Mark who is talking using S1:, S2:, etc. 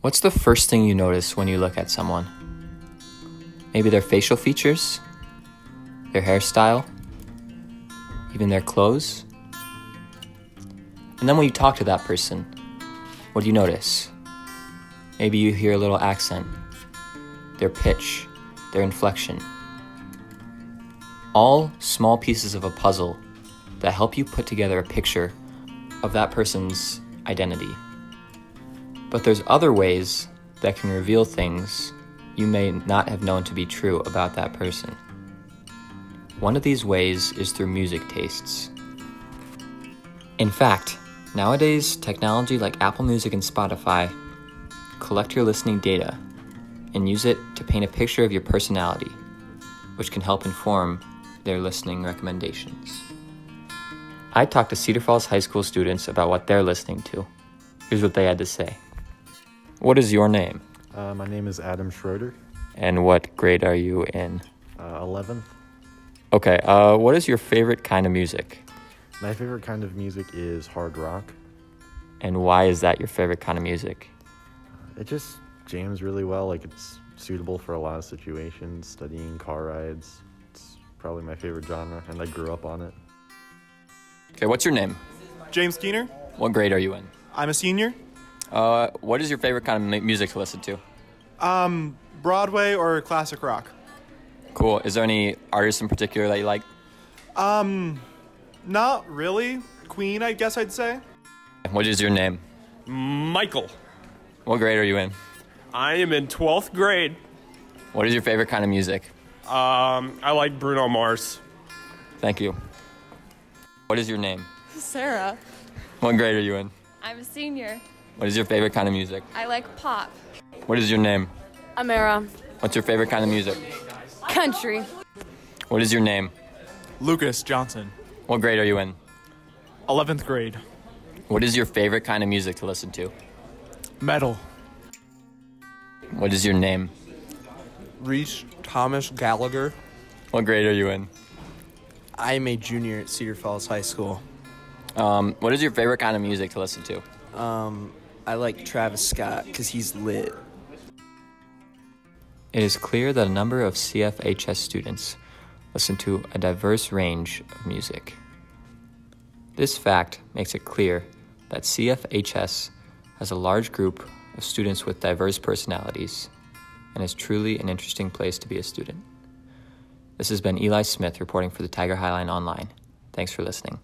S1: What's the first thing you notice when you look at someone? Maybe their facial features, their hairstyle, even their clothes? And then when you talk to that person, what do you notice? Maybe you hear a little accent, their pitch, their inflection. All small pieces of a puzzle that help you put together a picture of that person's identity. But there's other ways that can reveal things you may not have known to be true about that person. One of these ways is through music tastes. In fact, nowadays, technology like Apple Music and Spotify collect your listening data and use it to paint a picture of your personality, which can help inform their listening recommendations. I talked to Cedar Falls High School students about what they're listening to. Here's what they had to say What is your name?
S2: Uh, my name is Adam Schroeder,
S1: And what grade are you in?
S2: uh, 11th.
S1: Okay, uh, what is your favorite kind of music?
S2: My favorite kind of music is hard rock.
S1: And why is that your favorite kind of music?
S2: It just jams really well. Like it's suitable for a lot of situations, studying, car rides. It's probably my favorite genre, and I grew up on it.
S1: Okay, what's your name?
S3: James Keener.
S1: What grade are you in?
S3: I'm a senior.
S1: Uh, what is your favorite kind of mu- music to listen to?
S3: Broadway or classic rock?
S1: Cool. Is there any artist in particular that you like?
S3: Not really. Queen, I guess I'd say.
S1: What is your name?
S4: Michael.
S1: What grade are you in?
S4: I am in 12th grade.
S1: What is your favorite kind of music?
S4: Um, I like Bruno Mars.
S1: Thank you. What is your name?
S5: Sarah.
S1: What grade are you in?
S5: I'm a senior.
S1: What is your favorite kind of music?
S5: I like pop.
S1: What is your name?
S5: Amara.
S1: What's your favorite kind of music?
S5: Country.
S1: What is your name?
S3: Lucas Johnson.
S1: What grade are you in?
S3: 11th grade.
S1: What is your favorite kind of music to listen to?
S3: Metal.
S1: What is your name?
S6: Reese Thomas Gallagher.
S1: What grade are you in?
S6: I am a junior at Cedar Falls High School.
S1: Um, what is your favorite kind of music to listen to?
S6: I like Travis Scott because he's lit.
S1: It is clear that a number of CFHS students listen to a diverse range of music. This fact makes it clear that CFHS has a large group of students with diverse personalities and is truly an interesting place to be a student. This has been Eli Smith reporting for the Tiger Highline Online. Thanks for listening.